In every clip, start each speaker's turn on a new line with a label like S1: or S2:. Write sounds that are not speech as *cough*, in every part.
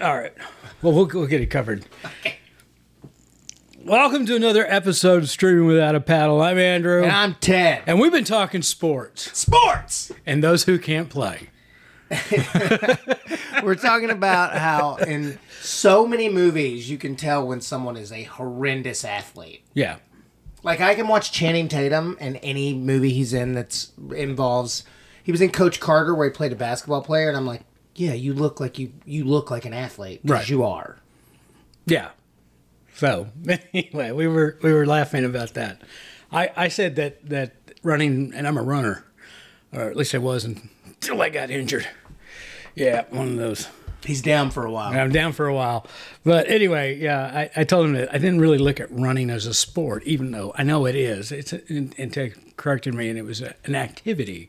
S1: All right. Well, we'll, we'll get it covered. Welcome to another episode of Streaming Without a Paddle. I'm Andrew.
S2: And I'm Ted.
S1: and we've been talking Oh. sports
S2: Sports.
S1: and those who can't play.
S2: We're talking about how in so many movies you can tell when someone is a horrendous athlete.
S1: Yeah.
S2: Like I can watch Channing Tatum in any movie he's in that's involves. He was in Coach Carter where he played a basketball player, and I'm like, yeah, you look like you you look like an athlete because
S1: Right.
S2: you are.
S1: Yeah. So *laughs* anyway, we were we were laughing about that. I, I said that that running and I'm a runner, or at least I was until I got injured. Yeah, one of those.
S2: He's down for a while.
S1: I'm down for a while. But anyway, yeah, I, I told him that I didn't really look at running as a sport, even though I know it is. It's a, and, and Ted corrected me, and it was a, an activity.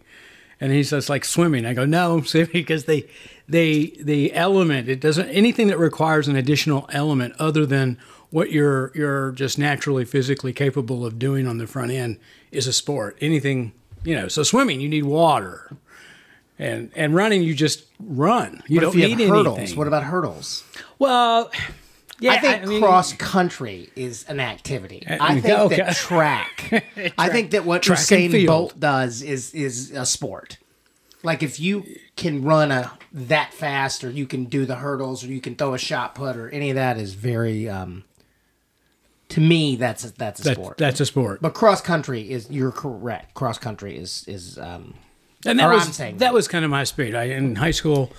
S1: And he says like swimming. *laughs* I go no, see, because they they the element it doesn't anything that requires an additional element other than what you're you're just naturally physically capable of doing on the front end is a sport. Anything you know. So swimming, you need water. And, and running, you just run. You
S2: But
S1: don't
S2: if you
S1: need
S2: have hurdles,
S1: anything.
S2: what about hurdles?
S1: Well, yeah,
S2: I think
S1: mean,
S2: cross country is an activity. I think
S1: Uh, okay. *laughs*
S2: that track. I think that what
S1: Track and
S2: Usain
S1: field.
S2: Bolt does is is a sport. Like if you can run a that fast, or you can do the hurdles, or you can throw a shot put, or any of that is very. Um, to me, that's a, that's a
S1: that-
S2: sport.
S1: that's a sport.
S2: but cross country is you're correct. Cross country is is um,
S1: and that
S2: or
S1: was
S2: I'm
S1: that,
S2: saying
S1: was kind of my speed. I in high school,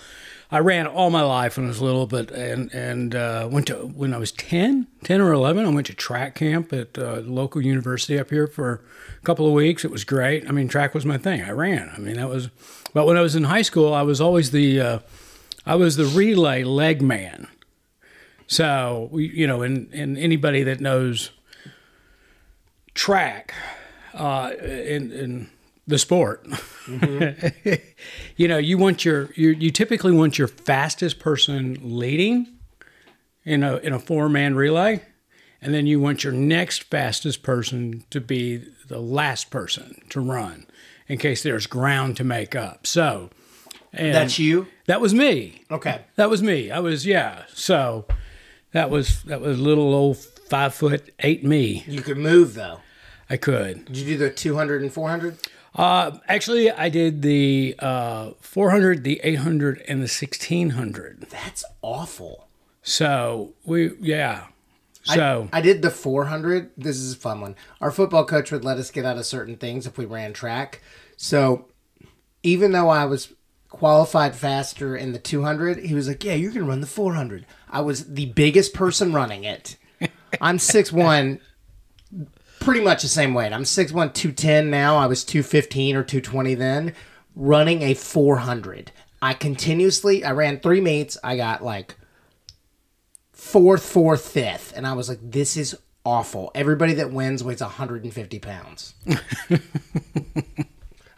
S1: I ran all my life when I was little, but and and uh, went to when I was 10, 10 or eleven. I went to track camp at uh, the local university up here for a couple of weeks. It was great. I mean, track was my thing. I ran. I mean, that was. But when I was in high school, I was always the uh, I was the relay leg man. So we, you know, and and anybody that knows track uh, in in the sport, *laughs* you know, you want your you you typically want your fastest person leading in a in a four man relay, and then you want your next fastest person to be the last person to run in case there's ground to make up. So, and
S2: that's you.
S1: That was me.
S2: Okay,
S1: That was me. I was yeah. So that was that was little old five foot eight me.
S2: you can move though.
S1: I could.
S2: Did you do the 200 and 400?
S1: Uh, actually, I did the uh, 400, the 800, and the 1600.
S2: That's awful.
S1: So we yeah. So
S2: I did the 400. This is a fun one. Our football coach would let us get out of certain things if we ran track. So even though I was qualified faster in the 200, he was like, "Yeah, you're going to run the 400." I was the biggest person running it. I'm 6'1 pretty much the same weight. I'm 6'1 210 now. I was 215 or 220 then running a 400. I continuously I ran 3 meets. I got like fourth, fourth, fifth. And I was like, this is awful. Everybody that wins weighs 150 pounds. I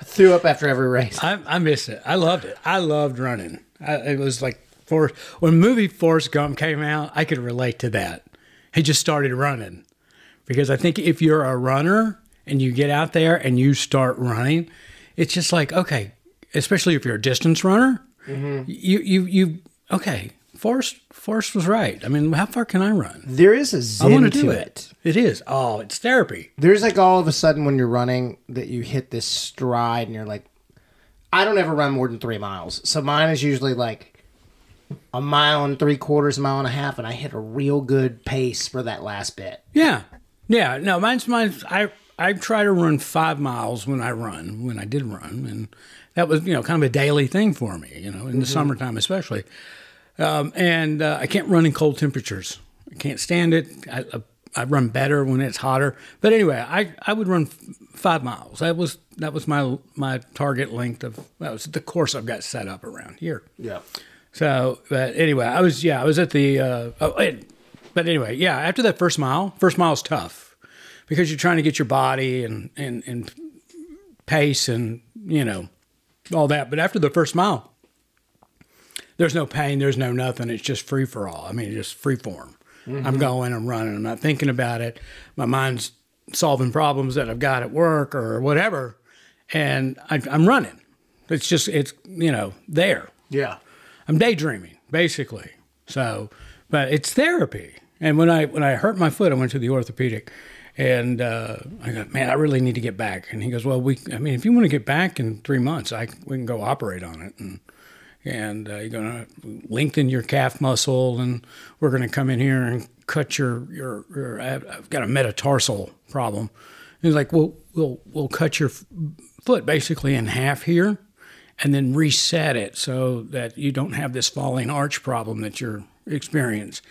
S2: threw up after every race.
S1: I, I miss it. I loved it. I loved running. I, it was like Forrest, when movie Forrest Gump came out, I could relate to that. He just started running because I think if you're a runner and you get out there and you start running, it's just like okay, especially if you're a distance runner, you you you okay. Forrest Forrest was right. I mean, how far can I run?
S2: There is a
S1: I
S2: zen
S1: want to
S2: to
S1: do
S2: it.
S1: it. It is. Oh, it's therapy.
S2: There's like all of a sudden when you're running that you hit this stride and you're like, I don't ever run more than three miles. So mine is usually like a mile and three quarters, mile and a half, and I hit a real good pace for that last bit.
S1: Yeah, yeah. No, mine's mine's. I I try to run five miles when I run when I did run, and that was you know kind of a daily thing for me. You know, in the summertime especially. Um, and uh, I can't run in cold temperatures. I can't stand it. I, I I run better when it's hotter. But anyway, I, I would run f- five miles. That was that was my my target length of that was the course I've got set up around here.
S2: Yeah.
S1: So, but anyway, I was yeah, I was at the. Uh, oh, and- but anyway, yeah. After that first mile, first mile's tough because you're trying to get your body and and and pace and you know all that. But after the first mile, there's no pain, there's no nothing. It's just free for all. I mean, it's just free form. I'm going, I'm running, I'm not thinking about it. My mind's solving problems that I've got at work or whatever, and I, I'm running. It's just it's you know there.
S2: Yeah.
S1: I'm daydreaming, basically. So, but it's therapy. And when I when I hurt my foot, I went to the orthopedic, and uh, I go, man, I really need to get back. And he goes, well, we, I mean, if you want to get back in three months, I we can go operate on it, and and uh, you're gonna lengthen your calf muscle, and we're gonna come in here and cut your your, your I've I've got a metatarsal problem. And he's like, well, we'll we'll cut your f- foot basically in half here, and then reset it so that you don't have this falling arch problem that you're experiencing.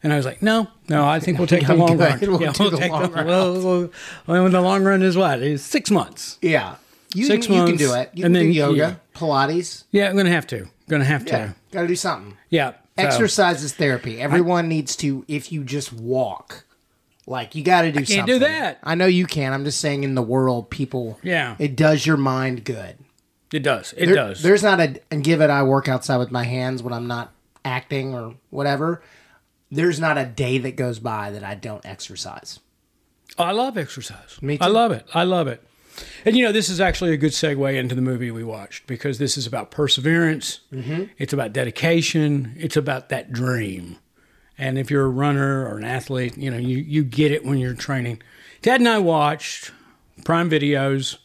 S1: And I was like, no, no, I think we'll take
S2: *laughs*
S1: the
S2: I'm
S1: long
S2: good.
S1: run.
S2: We'll
S1: yeah,
S2: do
S1: we'll
S2: the
S1: take
S2: long
S1: the,
S2: run.
S1: well, well, well, the long run is what? It's six months.
S2: Yeah. You,
S1: Six
S2: can,
S1: months,
S2: you can do it. You
S1: and
S2: can
S1: then-
S2: do yoga,
S1: yeah.
S2: Pilates.
S1: Yeah, I'm going to have to. Going to have
S2: Yeah.
S1: to.
S2: Got to do something.
S1: Yeah. so-
S2: Exercise is therapy. Everyone needs to, if you just walk, like you got to do
S1: can't
S2: something.
S1: do that.
S2: I know you can. I'm just saying, in the world, people.
S1: Yeah.
S2: It does your mind good.
S1: It does. It
S2: There-
S1: does.
S2: There's not a and give it. I work outside with my hands when I'm not acting or whatever. There's not a day that goes by that I don't exercise.
S1: I love exercise.
S2: Me
S1: I
S2: too.
S1: love it. I love it. And you know, this is actually a good segue into the movie we watched because this is about perseverance.
S2: Mm-hmm.
S1: It's about dedication. It's about that dream. And if you're a runner or an athlete, you know, you, you get it when you're training. Dad and I watched Prime Video's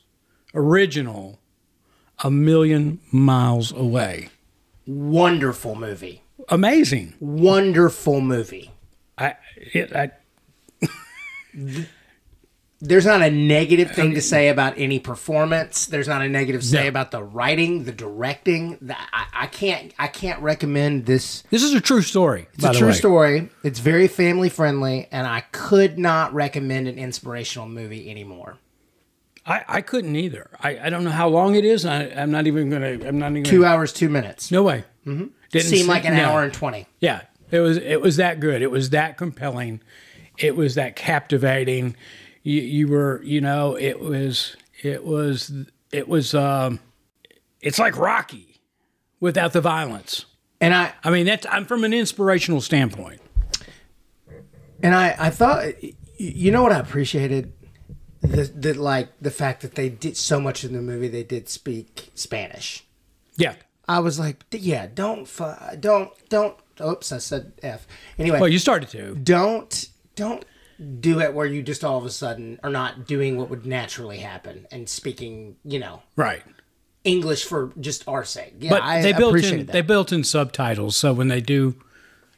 S1: original A Million Miles Away.
S2: Wonderful movie.
S1: Amazing.
S2: Wonderful movie.
S1: I, it, I
S2: There's not a negative thing to say about any performance. There's not a negative say about the writing, the directing. The, I, I can't. I can't recommend this.
S1: this is a true story.
S2: It's a true story. It's very family friendly, and I could not recommend an inspirational movie anymore.
S1: I, I couldn't either. I, I don't know how long it is. and I, I'm not even gonna. I'm not even.
S2: Two
S1: Gonna,
S2: hours, two minutes.
S1: no way. Mm-hmm. Didn't
S2: Seemed
S1: se-
S2: like an
S1: no.
S2: hour and twenty.
S1: Yeah, it was. It was that good. It was that compelling. It was that captivating. You, you were. You know. It was. It was. It was. Um, it's like Rocky, without the violence.
S2: And I,
S1: I mean, that's. I'm from an inspirational standpoint.
S2: And I, I thought, y- you know what I appreciated? The, the, like, the fact that they did so much in the movie, they did speak Spanish.
S1: Yeah.
S2: I was like, "D- yeah, don't, fu- don't, don't, oops, I said F. Anyway,
S1: Well, you started to.
S2: don't, don't do it where you just all of a sudden are not doing what would naturally happen and speaking, you know,
S1: Right.
S2: English for just our sake. Yeah,
S1: But
S2: I
S1: they built
S2: appreciated
S1: in.
S2: that.
S1: They built in subtitles, so when they do.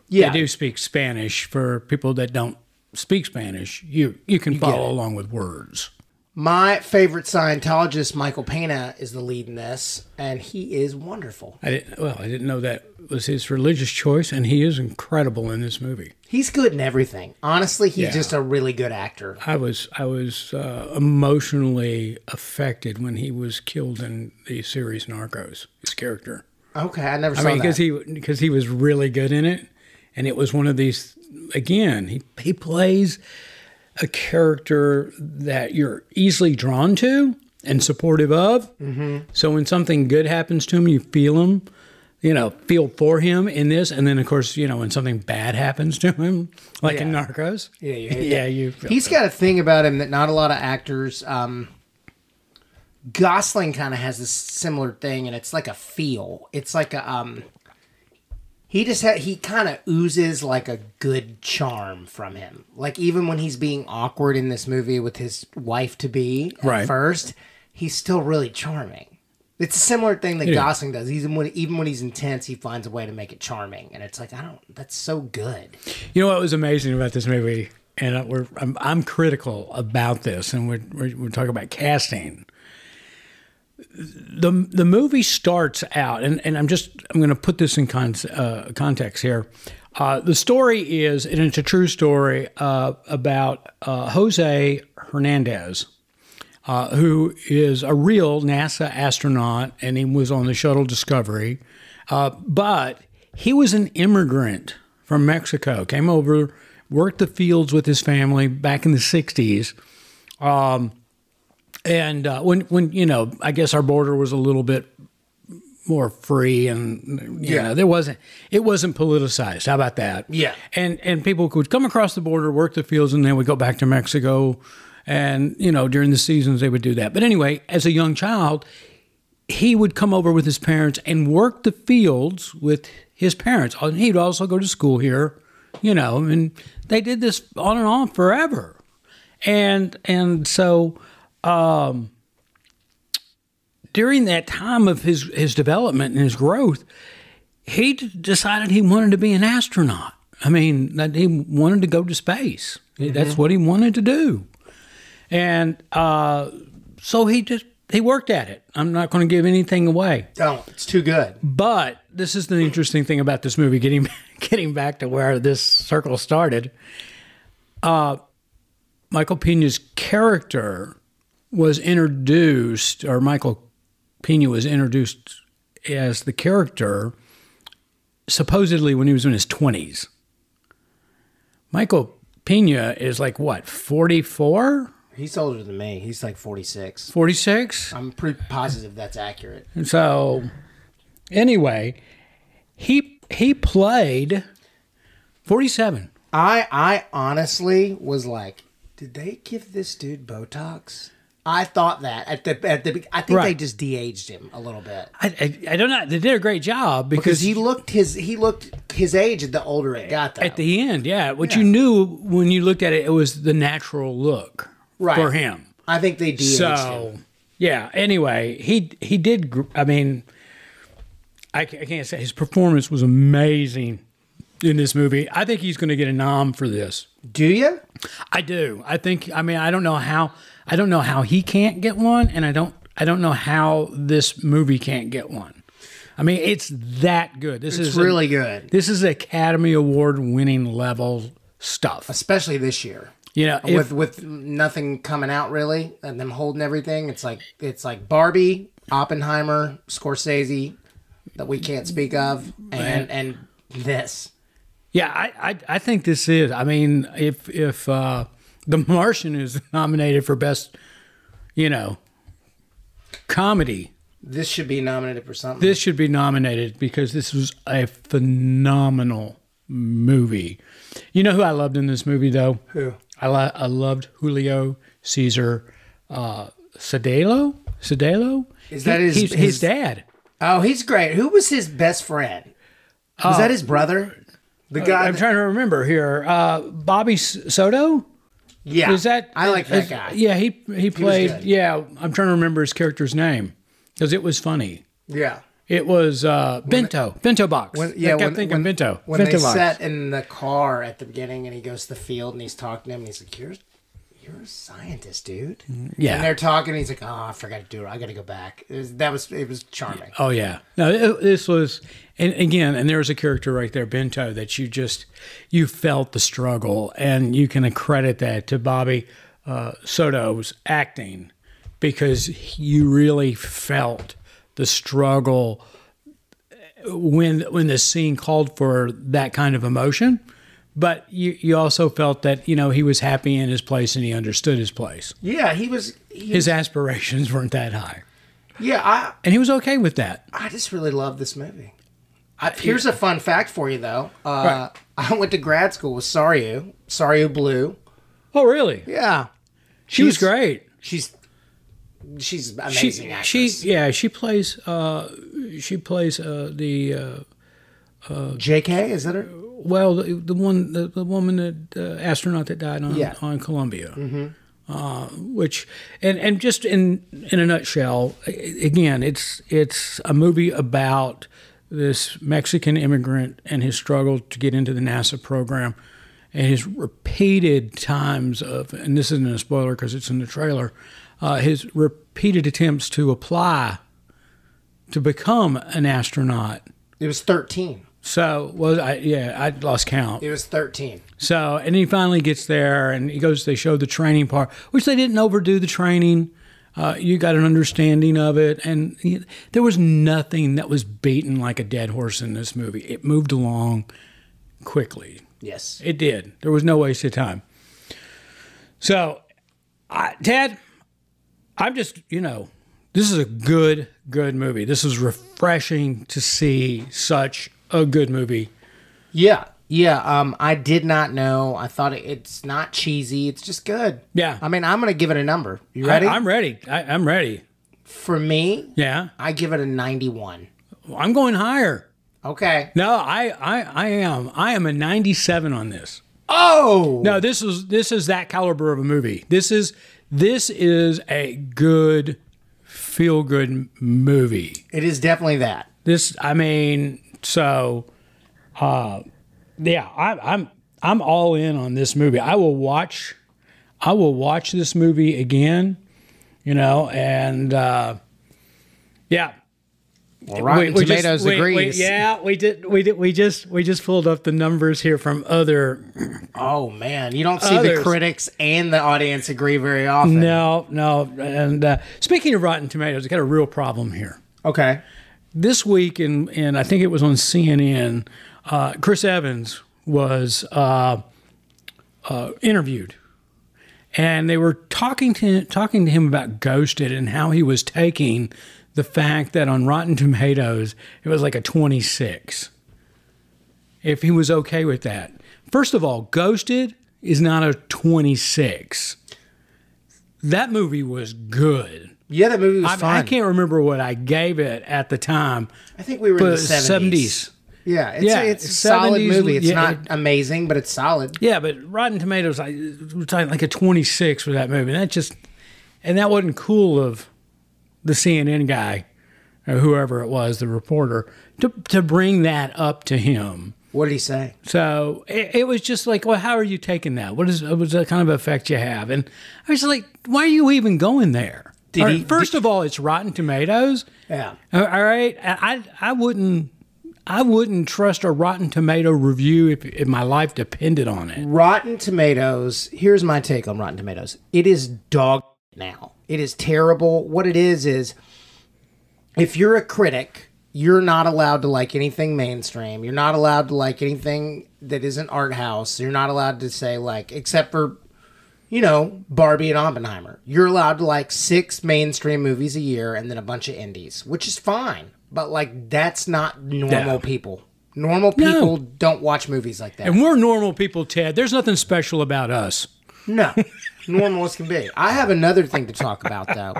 S2: yeah,
S1: they do speak Spanish for people that don't speak Spanish. You you can follow along with words.
S2: My favorite Scientologist, Michael Pena, is the lead in this, and he is wonderful.
S1: I didn't well, I didn't know that was his religious choice, and he is incredible in this movie.
S2: He's good in everything. Honestly, he's
S1: Yeah.
S2: just a really good actor.
S1: I was I was uh, emotionally affected when he was killed in the series Narcos. His character,
S2: Okay, I never
S1: I
S2: saw
S1: mean,
S2: that.
S1: because he because he was really good in it, and it was one of these again. He he plays a character that you're easily drawn to and supportive of.
S2: Mm-hmm.
S1: So when something good happens to him, you feel him, you know, feel for him in this. And then, of course, you know, when something bad happens to him, like in
S2: Yeah.
S1: Narcos, *laughs*
S2: Yeah, you hate
S1: yeah, you feel
S2: *laughs* He's got a thing about him that not a lot of actors. Um, Gosling kind of has this similar thing, and it's like a feel. It's like a um. He just ha- he kind of oozes like a good charm from him. Like even when he's being awkward in this movie with his wife to be at
S1: Right.
S2: first, he's still really charming. It's a similar thing that Gosling does. Even when even when he's intense, he finds a way to make it charming, and it's like I don't. That's so good.
S1: You know what was amazing about this movie, and I- we're, I'm, I'm critical about this, and we're, we're, we're talking about casting. The, the movie starts out, and, and I'm just I'm going to put this in con- uh, context here. Uh, the story is, and it's a true story, uh, about uh, Jose Hernandez, uh, who is a real NASA astronaut, and he was on the shuttle Discovery but he was an immigrant from Mexico, came over, worked the fields with his family back in the 60s. Um, and uh, when, when, you know, I guess our border was a little bit more free and, you
S2: Yeah.
S1: know, there wasn't, it wasn't politicized. How about that?
S2: Yeah.
S1: And, and people could come across the border, work the fields, and then would go back to Mexico. And, you know, during the seasons, they would do that. But anyway, as a young child, he would come over with his parents and work the fields with his parents. And He'd also go to school here, you know, and they did this on and on forever. And and so um, during that time of his his development and his growth, he d- decided he wanted to be an astronaut. I mean, that he wanted to go to space. That's what he wanted to do. And uh, so he just he worked at it. I'm not going to give anything away.
S2: Don't. It's too good.
S1: But this is the interesting thing about this movie. Getting *laughs* getting back to where this circle started, uh, Michael Pena's character was introduced, or Michael Pena was introduced as the character supposedly when he was in his twenties. Michael Pena is like what 44,
S2: He's older than me. He's like 46.
S1: 46?
S2: I'm pretty positive that's accurate.
S1: And so, anyway, he he played forty seven.
S2: I I honestly was like, did they give this dude Botox? I thought that at the at the be- I think they
S1: Right.
S2: just de-aged him a little bit
S1: I, I I don't know. They did a great job because
S2: because he looked his he looked his age the older it got though.
S1: at the end, yeah, what you knew when you looked at it, it was the natural look
S2: Right.
S1: for him.
S2: I think they de-aged him.
S1: So yeah. Anyway, he he did. gr- I mean, I, ca- I can't say his performance was amazing in this movie. I think he's going to get a nom for this.
S2: Do you?
S1: I do. I think. I mean, I don't know how. I don't know how he can't get one, and I don't. I don't know how this movie can't get one. I mean, it's that good. This
S2: It's
S1: is
S2: really good,
S1: This is Academy Award winning level stuff.
S2: especially this year.
S1: You know, if-
S2: with with nothing coming out really and them holding everything it's like it's like barbie oppenheimer scorsese that we can't speak of and and this
S1: yeah, I, I I think this is. I mean, if if uh, The Martian is nominated for best, you know, comedy,
S2: this should be nominated for something
S1: this should be nominated because this was a phenomenal movie. You know who I loved in this movie though? Who? I lo- I loved Julio Caesar uh Cedelo? Cedelo?
S2: Is that his-
S1: he's- his,
S2: his-
S1: dad?
S2: oh he's great who was his best friend was that his brother the
S1: Oh.
S2: guy
S1: Uh, I'm
S2: that-
S1: trying to remember here. Uh Bobby S- Soto?
S2: yeah
S1: Is that
S2: i like that
S1: is- uh,
S2: guy
S1: Yeah, he he played
S2: good.
S1: yeah, I'm trying to remember his character's name cuz it was funny.
S2: yeah
S1: It was uh, bento, bento box.
S2: yeah,
S1: I kept
S2: when-
S1: thinking bento.
S2: when
S1: bento
S2: they
S1: box.
S2: sat in the car at the beginning and he goes to the field and he's talking to him and he's like you're you're a scientist dude
S1: yeah.
S2: and they're talking and he's like oh i forgot to do it i gotta go back it was, that was it was charming
S1: Oh yeah. No, it- this was, and again, and there was a character right there, Bento, that you just you felt the struggle, and you can credit that to Bobby uh, Soto's acting because you really felt the struggle uh, when when the scene called for that kind of emotion. But you, you also felt that you know he was happy in his place and he understood his place.
S2: yeah he was he,
S1: His aspirations weren't that high,
S2: yeah i
S1: and he was okay with that.
S2: i just really love this movie I, here's a fun fact for you though uh,
S1: Right.
S2: *laughs* i went to grad school with saryu saryu blue
S1: Oh really?
S2: yeah
S1: She was great.
S2: she's she's
S1: she,
S2: amazing actress.
S1: she yeah she plays uh she plays uh the uh
S2: jk is that her
S1: well the, the one the, the woman that uh, astronaut that died on
S2: Yeah.
S1: on Columbia mm-hmm. uh which and and just in in a nutshell a- again it's it's a movie about this Mexican immigrant and his struggle to get into the NASA program and his repeated times of and this isn't a spoiler because it's in the trailer uh, his repeated attempts to apply to become an astronaut.
S2: it was 13
S1: So was I? Yeah, I lost count.
S2: it was 13
S1: So and he finally gets there, and he goes. They show the training part, which they didn't overdo the training. Uh, you got an understanding of it, and he, there was nothing that was beaten like a dead horse in this movie. It moved along quickly.
S2: yes
S1: It did. There was no waste of time. So, I, Ted, I'm just, you know, this is a good, good movie. This is refreshing to see such a good movie.
S2: Yeah, yeah. Um, I did not know. I thought it, it's not cheesy. It's just good.
S1: Yeah.
S2: I mean, I'm gonna give it a number. You ready?
S1: I, am ready. I, I'm ready.
S2: For me,
S1: Yeah.
S2: I give it a 91.
S1: I'm going higher.
S2: Okay.
S1: No, I, I, I am. I am a 97 on this.
S2: Oh
S1: No, this is this is that caliber of a movie. This is this is a good feel good movie.
S2: It is definitely that.
S1: This, I mean, so, uh, yeah, I, I'm I'm all in on this movie. I will watch, I will watch this movie again, you know, and uh, yeah.
S2: Well, Rotten
S1: We- we just-
S2: Tomatoes
S1: we- we-
S2: agrees.
S1: yeah, we did. We did. We just we just pulled up the numbers here from other
S2: Oh man, you don't see
S1: Others.
S2: the critics and the audience agree very often.
S1: No, no. And uh, speaking of Rotten Tomatoes, I got a real problem here.
S2: Okay.
S1: This week, and and I think it was on CNN, uh, Chris Evans was uh, uh, interviewed, and they were talking to talking to him about Ghosted and how he was taking the fact that on Rotten Tomatoes it was like a twenty six. If he was okay with that, first of all, Ghosted is not a twenty six. That movie was good.
S2: Yeah, that movie was
S1: I,
S2: fun.
S1: I can't remember what I gave it at the time,
S2: I think we were in
S1: but
S2: the
S1: seventies.
S2: seventies. Yeah, it's,
S1: Yeah,
S2: it's a solid
S1: 70s,
S2: movie. It's
S1: yeah,
S2: not
S1: it-
S2: amazing, but it's solid.
S1: Yeah, but Rotten Tomatoes, I was talking like a twenty-six for that movie. And that just, and that wasn't cool of the CNN guy or whoever it was, the reporter, to to bring that up to him.
S2: What did he say?
S1: So it, it was just like, well, how are you taking that? What is what was that kind of effect you have? And I was like, why are you even going there?
S2: Did
S1: All
S2: he-
S1: right, first of all, it's Rotten Tomatoes.
S2: Yeah.
S1: All all right, I I I wouldn't I wouldn't trust a Rotten Tomato review if, if my life depended on it.
S2: Rotten Tomatoes. Here's my take on Rotten Tomatoes. It is dog now. It is terrible. What it is is, if you're a critic, you're not allowed to like anything mainstream. You're not allowed to like anything that isn't art house. You're not allowed to say like, except for, you know, Barbie and Oppenheimer. You're allowed to like six mainstream movies a year and then a bunch of indies, which is fine. But like, that's not normal
S1: Yeah.
S2: people. Normal people don't watch movies like that.
S1: And we're normal people, Ted. There's nothing special about us.
S2: No, *laughs* normal as can be. I have another thing to talk about though.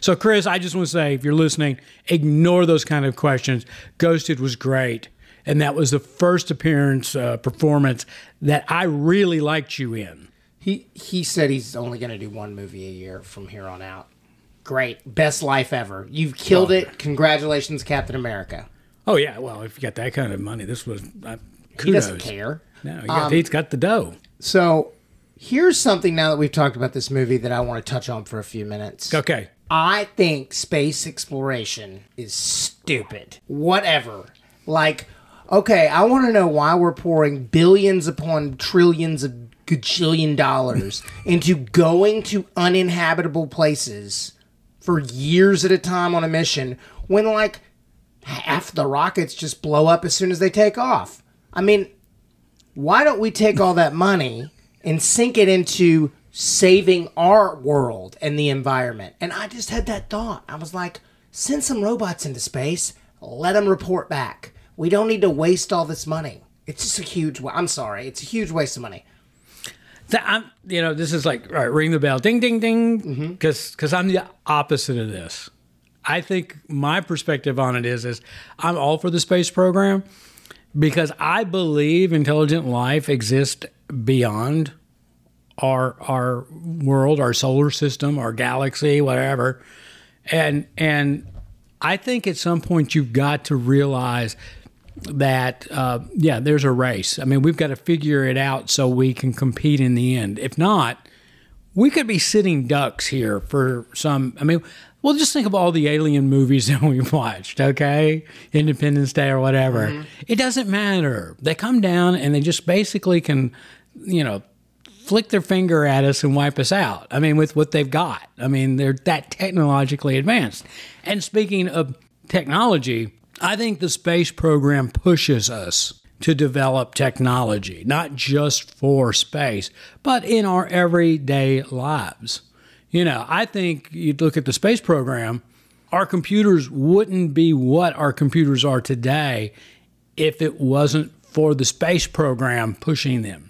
S1: So, Chris, I just want to say, if you're listening, ignore those kind of questions. Ghosted was great, and that was the first appearance uh, performance that I really liked you in.
S2: He he said he's only going to do one movie a year from here on out. Great, best life ever. You've killed it. Congratulations, Captain America.
S1: Oh yeah, well, if you got that kind of money, this was uh, kudos.
S2: He doesn't care. Um,
S1: No, he got, he's got the dough.
S2: So here's something now that we've talked about this movie that I want to touch on for a few minutes.
S1: Okay.
S2: I think space exploration is stupid. Whatever. Like, okay, I want to know why we're pouring billions upon trillions of gajillion dollars into going to uninhabitable places for years at a time on a mission when, like, half the rockets just blow up as soon as they take off. I mean, why don't we take all that money and sink it into saving our world and the environment? And I just had that thought. I was like, send some robots into space, let them report back. We don't need to waste all this money. It's just a huge. Wa- I'm sorry, it's a huge waste of money.
S1: that I'm, you know, this is like, all right, ring the bell, ding, ding, ding, because I'm the opposite of this. I think my perspective on it is, is I'm all for the space program because I believe intelligent life exists beyond our our world, our solar system, our galaxy, whatever, and and I think at some point you've got to realize that uh, yeah, there's a race. I mean, we've got to figure it out so we can compete in the end. If not, we could be sitting ducks here for some. I mean, well, just think of all the alien movies *laughs* that we watched. Okay, Independence Day or whatever. It doesn't matter. They come down and they just basically can, you know, flick their finger at us and wipe us out. I mean, with what they've got. I mean, they're that technologically advanced. And speaking of technology, I think the space program pushes us to develop technology, not just for space, but in our everyday lives. You know, I think you'd look at the space program, our computers wouldn't be what our computers are today if it wasn't for the space program pushing them.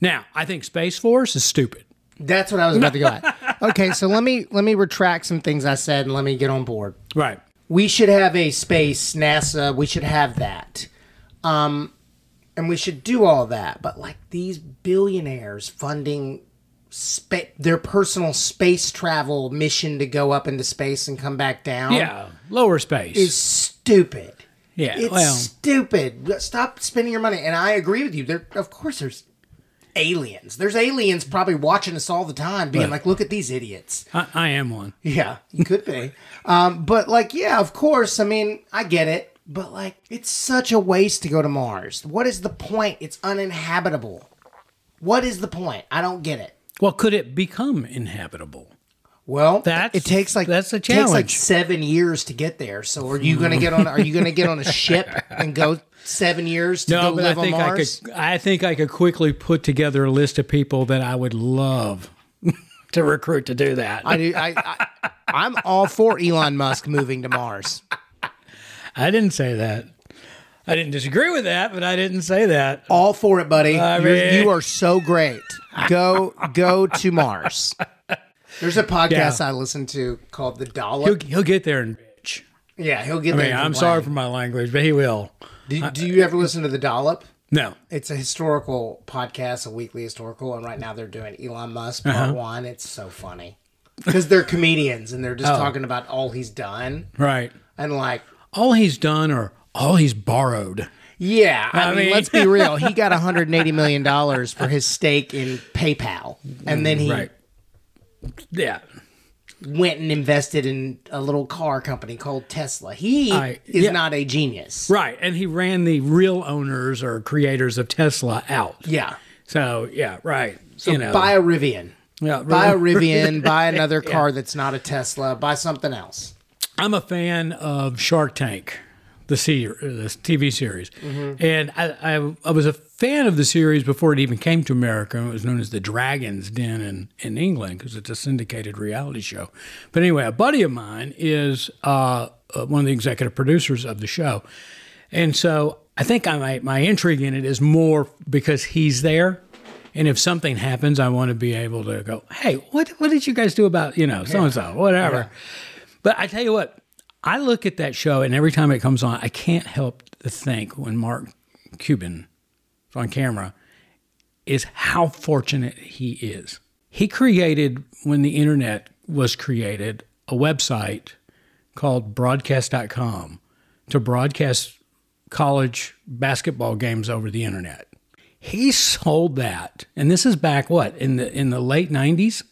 S1: Now, I think Space Force is stupid.
S2: That's what I was about to go at. Okay, so let me let me retract some things I said and let me get on board.
S1: Right.
S2: we should have a space NASA. We should have that, um, and we should do all that. But like these billionaires funding spa- their personal space travel mission to go up into space and come back down
S1: Yeah, Um, lower space.
S2: is stupid.
S1: yeah,
S2: It's
S1: well,
S2: stupid. Stop spending your money. And I agree with you. There, of course, there's aliens. There's aliens probably watching us all the time, being like, "Look at these idiots."
S1: I, I am one.
S2: Yeah, you could be. um, but like, yeah, of course. I mean, I get it. But like, it's such a waste to go to Mars. What is the point? It's uninhabitable. What is the point? I don't get it.
S1: Well, could it become inhabitable?
S2: Well,
S1: That's-
S2: it takes like
S1: that's a
S2: it takes like
S1: challenge.
S2: seven years to get there. So are you gonna get on? Are you gonna get on a ship and go seven years to
S1: No,
S2: go
S1: but
S2: live
S1: I think
S2: on
S1: I
S2: Mars?
S1: could. I think I could quickly put together a list of people that I would love *laughs* to recruit to do that.
S2: I
S1: I,
S2: do. I, I I'm all for Elon Musk moving to Mars.
S1: didn't say that. I didn't disagree with that, but I didn't say that.
S2: All for it, buddy.
S1: I
S2: You're-
S1: mean-
S2: You are so great. Go
S1: *laughs*
S2: go to Mars. There's a podcast
S1: Yeah.
S2: I listen to called The Dollar.
S1: He'll, he'll get there and bitch.
S2: yeah, he'll get
S1: I
S2: there.
S1: mean,
S2: and
S1: I'm
S2: complain.
S1: sorry for my language, but he will.
S2: Do, do you ever listen to The Dollop?
S1: No.
S2: It's a historical podcast, a weekly historical, and right now they're doing Elon Musk part
S1: Uh-huh.
S2: one. It's so funny because they're comedians and they're just
S1: Oh.
S2: talking about all he's done
S1: Right.
S2: and like,
S1: All he's done or all he's borrowed.
S2: yeah. I,
S1: I
S2: mean,
S1: mean-
S2: let's be real. He
S1: *laughs*
S2: got 180 million dollars for his stake in PayPal, and then he
S1: Right. Yeah.
S2: went and invested in a little car company called Tesla. He
S1: I-
S2: is
S1: yeah.
S2: not a genius.
S1: Right. And he ran the real owners or creators of Tesla out.
S2: Yeah.
S1: So, yeah, right. So, you know,
S2: Buy a Rivian.
S1: yeah,
S2: Buy a
S1: really. *laughs*
S2: Rivian. buy another car that's not a Tesla. Buy something else.
S1: I'm a fan of Shark Tank, the, se- the TV series, and I, I I was a fan of the series before it even came to America. It was known as the Dragons Den in in England because it's a syndicated reality show. But anyway, a buddy of mine is uh, uh, one of the executive producers of the show, and so I think I might, my intrigue in it is more because he's there. And if something happens, I want to be able to go, hey, what, what did you guys do about, you know, so and so, whatever. But I tell you what, I look at that show, and every time it comes on, I can't help to think when Mark Cuban is on camera, is how fortunate he is. He created, when the internet was created, a website called broadcast.com to broadcast college basketball games over the internet. He sold that, and this is back what in the in the late 90s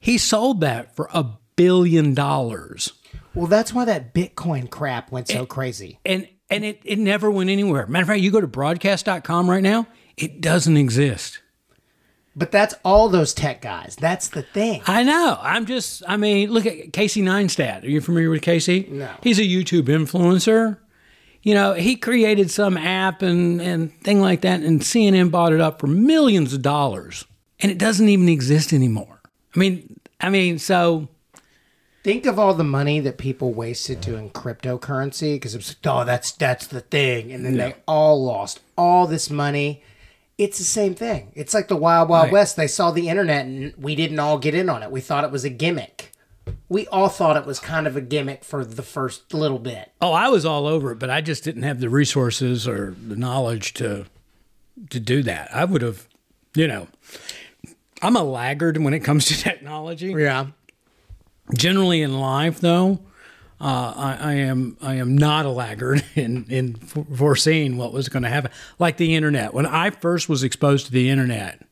S1: He sold that for a billion dollars.
S2: Well, that's why that Bitcoin crap went so crazy.
S1: and and it, it never went anywhere. Matter of fact, you go to broadcast.com right now, it doesn't exist.
S2: But that's all those tech guys. That's the thing.
S1: I know. I'm just, I mean, look at Casey Neistat. Are you familiar with Casey?
S2: No.
S1: He's a YouTube influencer. You know, he created some app and, and thing like that, and CNN bought it up for millions of dollars, and it doesn't even exist anymore. I mean, I mean, so
S2: Think of all the money that people wasted doing cryptocurrency because it was like, oh, that's that's the thing, and then they all lost all this money. It's the same thing. It's like the Wild Wild West. They saw the internet, and we didn't all get in on it. We thought it was a gimmick. We all thought it was kind of a gimmick for the first little bit.
S1: Oh, I was all over it, but I just didn't have the resources or the knowledge to to do that. I would have, you know, I'm a laggard when it comes to *laughs* technology.
S2: Yeah,
S1: Generally in life, though, uh, I, I am I am not a laggard *laughs* in in fore- foreseeing what was going to happen. Like the internet, when I first was exposed to the internet,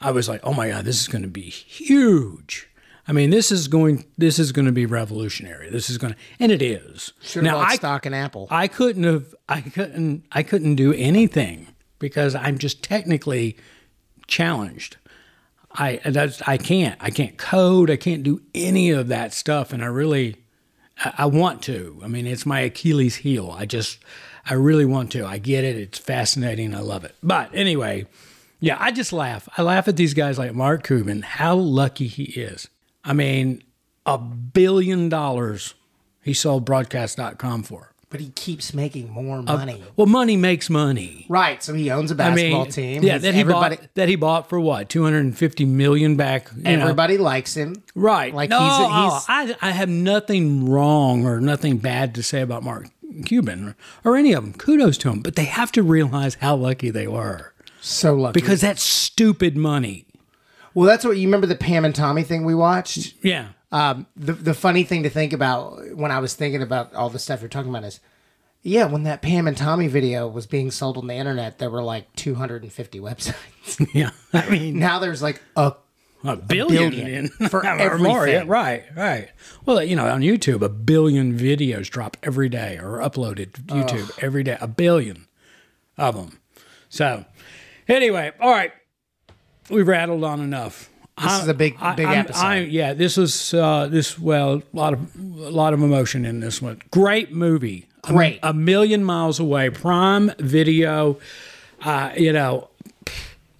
S1: I was like, oh my god, this is going to be huge. I mean, this is going this is going to be revolutionary. This is going to, and it is.
S2: should have
S1: now
S2: bought
S1: I
S2: stock in Apple.
S1: I couldn't have I couldn't I couldn't do anything because I'm just technically challenged. I and that's, I can't I can't code I can't do any of that stuff and I really I, I want to I mean it's my Achilles heel I just I really want to I get it it's fascinating I love it but anyway yeah I just laugh I laugh at these guys like Mark Cuban how lucky he is I mean a billion dollars he sold broadcast.com for
S2: But he keeps making more money.
S1: Well, money makes money.
S2: right. So he owns a
S1: I
S2: basketball
S1: mean,
S2: team.
S1: yeah,
S2: He's-
S1: that he
S2: everybody,
S1: bought that he bought for what two hundred and fifty million back. you know.
S2: everybody likes him.
S1: right?
S2: like,
S1: no,
S2: he's-
S1: oh,
S2: he's-
S1: I, I have nothing wrong or nothing bad to say about Mark Cuban or, or any of them. Kudos to him, but they have to realize how lucky they were
S2: So lucky.
S1: because that's stupid money.
S2: well, that's what you remember the Pam and Tommy thing we watched.
S1: Yeah, *laughs*
S2: Um, the the funny thing to think about when I was thinking about all the stuff you're talking about is, yeah, when that Pam and Tommy video was being sold on the internet, there were like 250 websites.
S1: yeah. I mean,
S2: now there's like a
S1: A billion,
S2: billion
S1: in
S2: *laughs*
S1: *laughs*
S2: for
S1: or more, yeah,
S2: everything.
S1: right, right. Well, you know, on YouTube, a billion videos drop every day or uploaded to YouTube every day. A billion of them. So, anyway, all right, we rattled on enough. This
S2: is a big- big episode.
S1: yeah, this is uh, this. Well, a lot of a lot of emotion in this one. Great movie. A m-
S2: Great.
S1: A, million miles away. Prime Video. Uh, you know,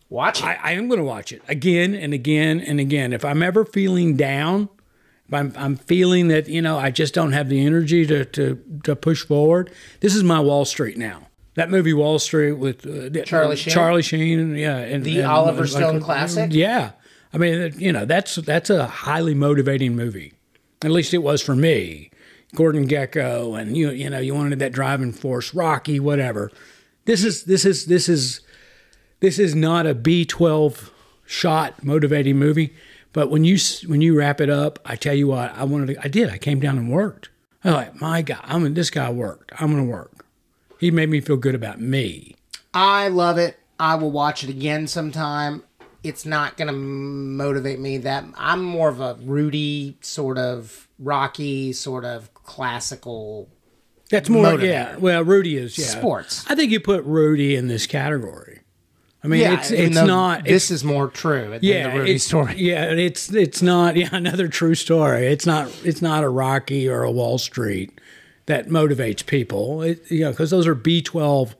S2: watch. It.
S1: I, I am going to watch it again and again and again. If I'm ever feeling down, if I'm, I'm feeling that, you know, I just don't have the energy to, to, to push forward, this is my Wall Street now. That movie Wall Street with uh, the-
S2: Charlie Sheen?
S1: Charlie Sheen, yeah, and
S2: The
S1: and-
S2: Oliver
S1: like-
S2: Stone classic?
S1: Yeah, I mean, you know, that's that's a highly motivating movie. At least it was for me. Gordon Gecko, and you you know, you wanted that driving force, Rocky, whatever. This is this is this is this is not a B12 shot motivating movie, but when you s- when you wrap it up, I tell you what, I wanted to, I did. I came down and worked. I was like, my God, I'm this guy worked. I'm gonna work. He made me feel good about me.
S2: I love it. I will watch it again sometime. It's not gonna motivate me that I'm more of a Rudy sort of Rocky sort of classical.
S1: That's more,
S2: Motivator.
S1: yeah. Well, Rudy is yeah.
S2: Sports.
S1: I think you put Rudy in this category. I mean,
S2: Yeah,
S1: it's
S2: even
S1: it's
S2: though
S1: not.
S2: This
S1: it's,
S2: is more true than
S1: yeah,
S2: the Rudy
S1: it's,
S2: story.
S1: Yeah, it's it's not. *laughs* Yeah, another true story. It's not. It's not a Rocky or a Wall Street that motivates people. It, you know, because those are B twelve,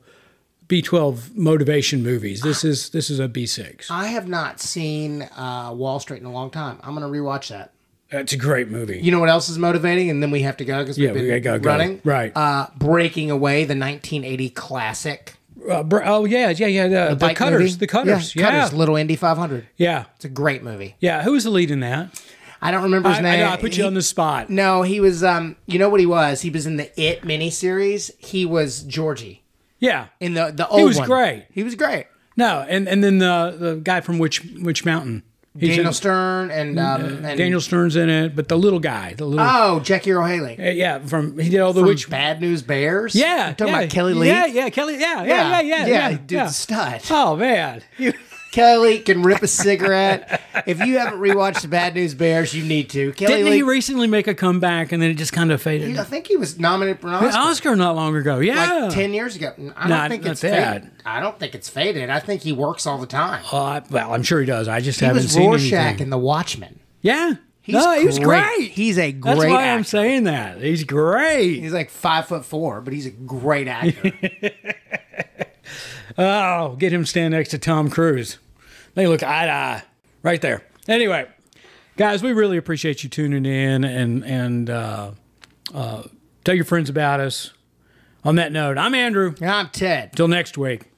S1: B twelve motivation movies. This is this is a B six.
S2: I have not seen uh, Wall Street in a long time. I'm gonna rewatch that.
S1: It's a great movie.
S2: You know what else is motivating? And then we have to go because we've
S1: Yeah, we
S2: been
S1: gotta go,
S2: running.
S1: go. Right.
S2: Uh, Breaking Away, the 1980 classic.
S1: Uh, br- oh yeah, yeah, yeah. The, the
S2: bike
S1: cutters,
S2: movie.
S1: the cutters. Yeah, yeah.
S2: Cutters, Little Indy 500.
S1: yeah.
S2: It's a great movie.
S1: Who was the lead in that?
S2: I don't remember
S1: I,
S2: his
S1: I,
S2: name.
S1: know, I put you
S2: He-
S1: on the spot.
S2: No, he was. Um, you know what he was? He was in the It miniseries. He was Georgie
S1: Yeah.
S2: in the the old.
S1: was
S2: one.
S1: great.
S2: He was great.
S1: No, and and then the the guy from which which mountain? He's
S2: Daniel
S1: in-
S2: Stern and um, and
S1: Daniel Stern's in it, but the little guy, the little
S2: Oh, Jackie Earl Haley.
S1: Uh, yeah, from he did all the
S2: Which
S1: witch.
S2: Bad News Bears?
S1: Yeah,
S2: You're talking
S1: yeah,
S2: about Kelly Lee.
S1: Yeah, yeah, Kelly. Yeah, yeah, yeah, yeah, yeah,
S2: dude,
S1: yeah.
S2: stud.
S1: Oh
S2: *laughs*
S1: man,
S2: Kelly Lee can rip a cigarette. if you haven't rewatched the Bad News Bears, you need to. Kelly
S1: didn't
S2: Lee,
S1: he recently make a comeback and then it just kind of faded?
S2: I think he was nominated for an
S1: An
S2: Oscar
S1: Oscar not long ago. Oh, Yeah.
S2: like ten years ago. I don't
S1: Nah,
S2: think
S1: not
S2: it's
S1: that.
S2: faded. I don't think it's faded. I think he works all the time.
S1: Oh, I- well, I'm sure he does. I just
S2: He
S1: haven't
S2: was
S1: seen
S2: Rorschach
S1: anything.
S2: in The Watchmen.
S1: Yeah.
S2: He's
S1: no, he was
S2: great.
S1: great.
S2: He's a
S1: That's
S2: great
S1: why I'm
S2: actor.
S1: saying that. He's great.
S2: He's like five foot four, but he's a
S1: *laughs*
S2: great actor.
S1: Oh, get him to stand next to Tom Cruise. They look eye to eye right there. Anyway, guys, we really appreciate you tuning in and and uh, uh, tell your friends about us. On that note, I'm Andrew.
S2: I'm Ted.
S1: Till next week.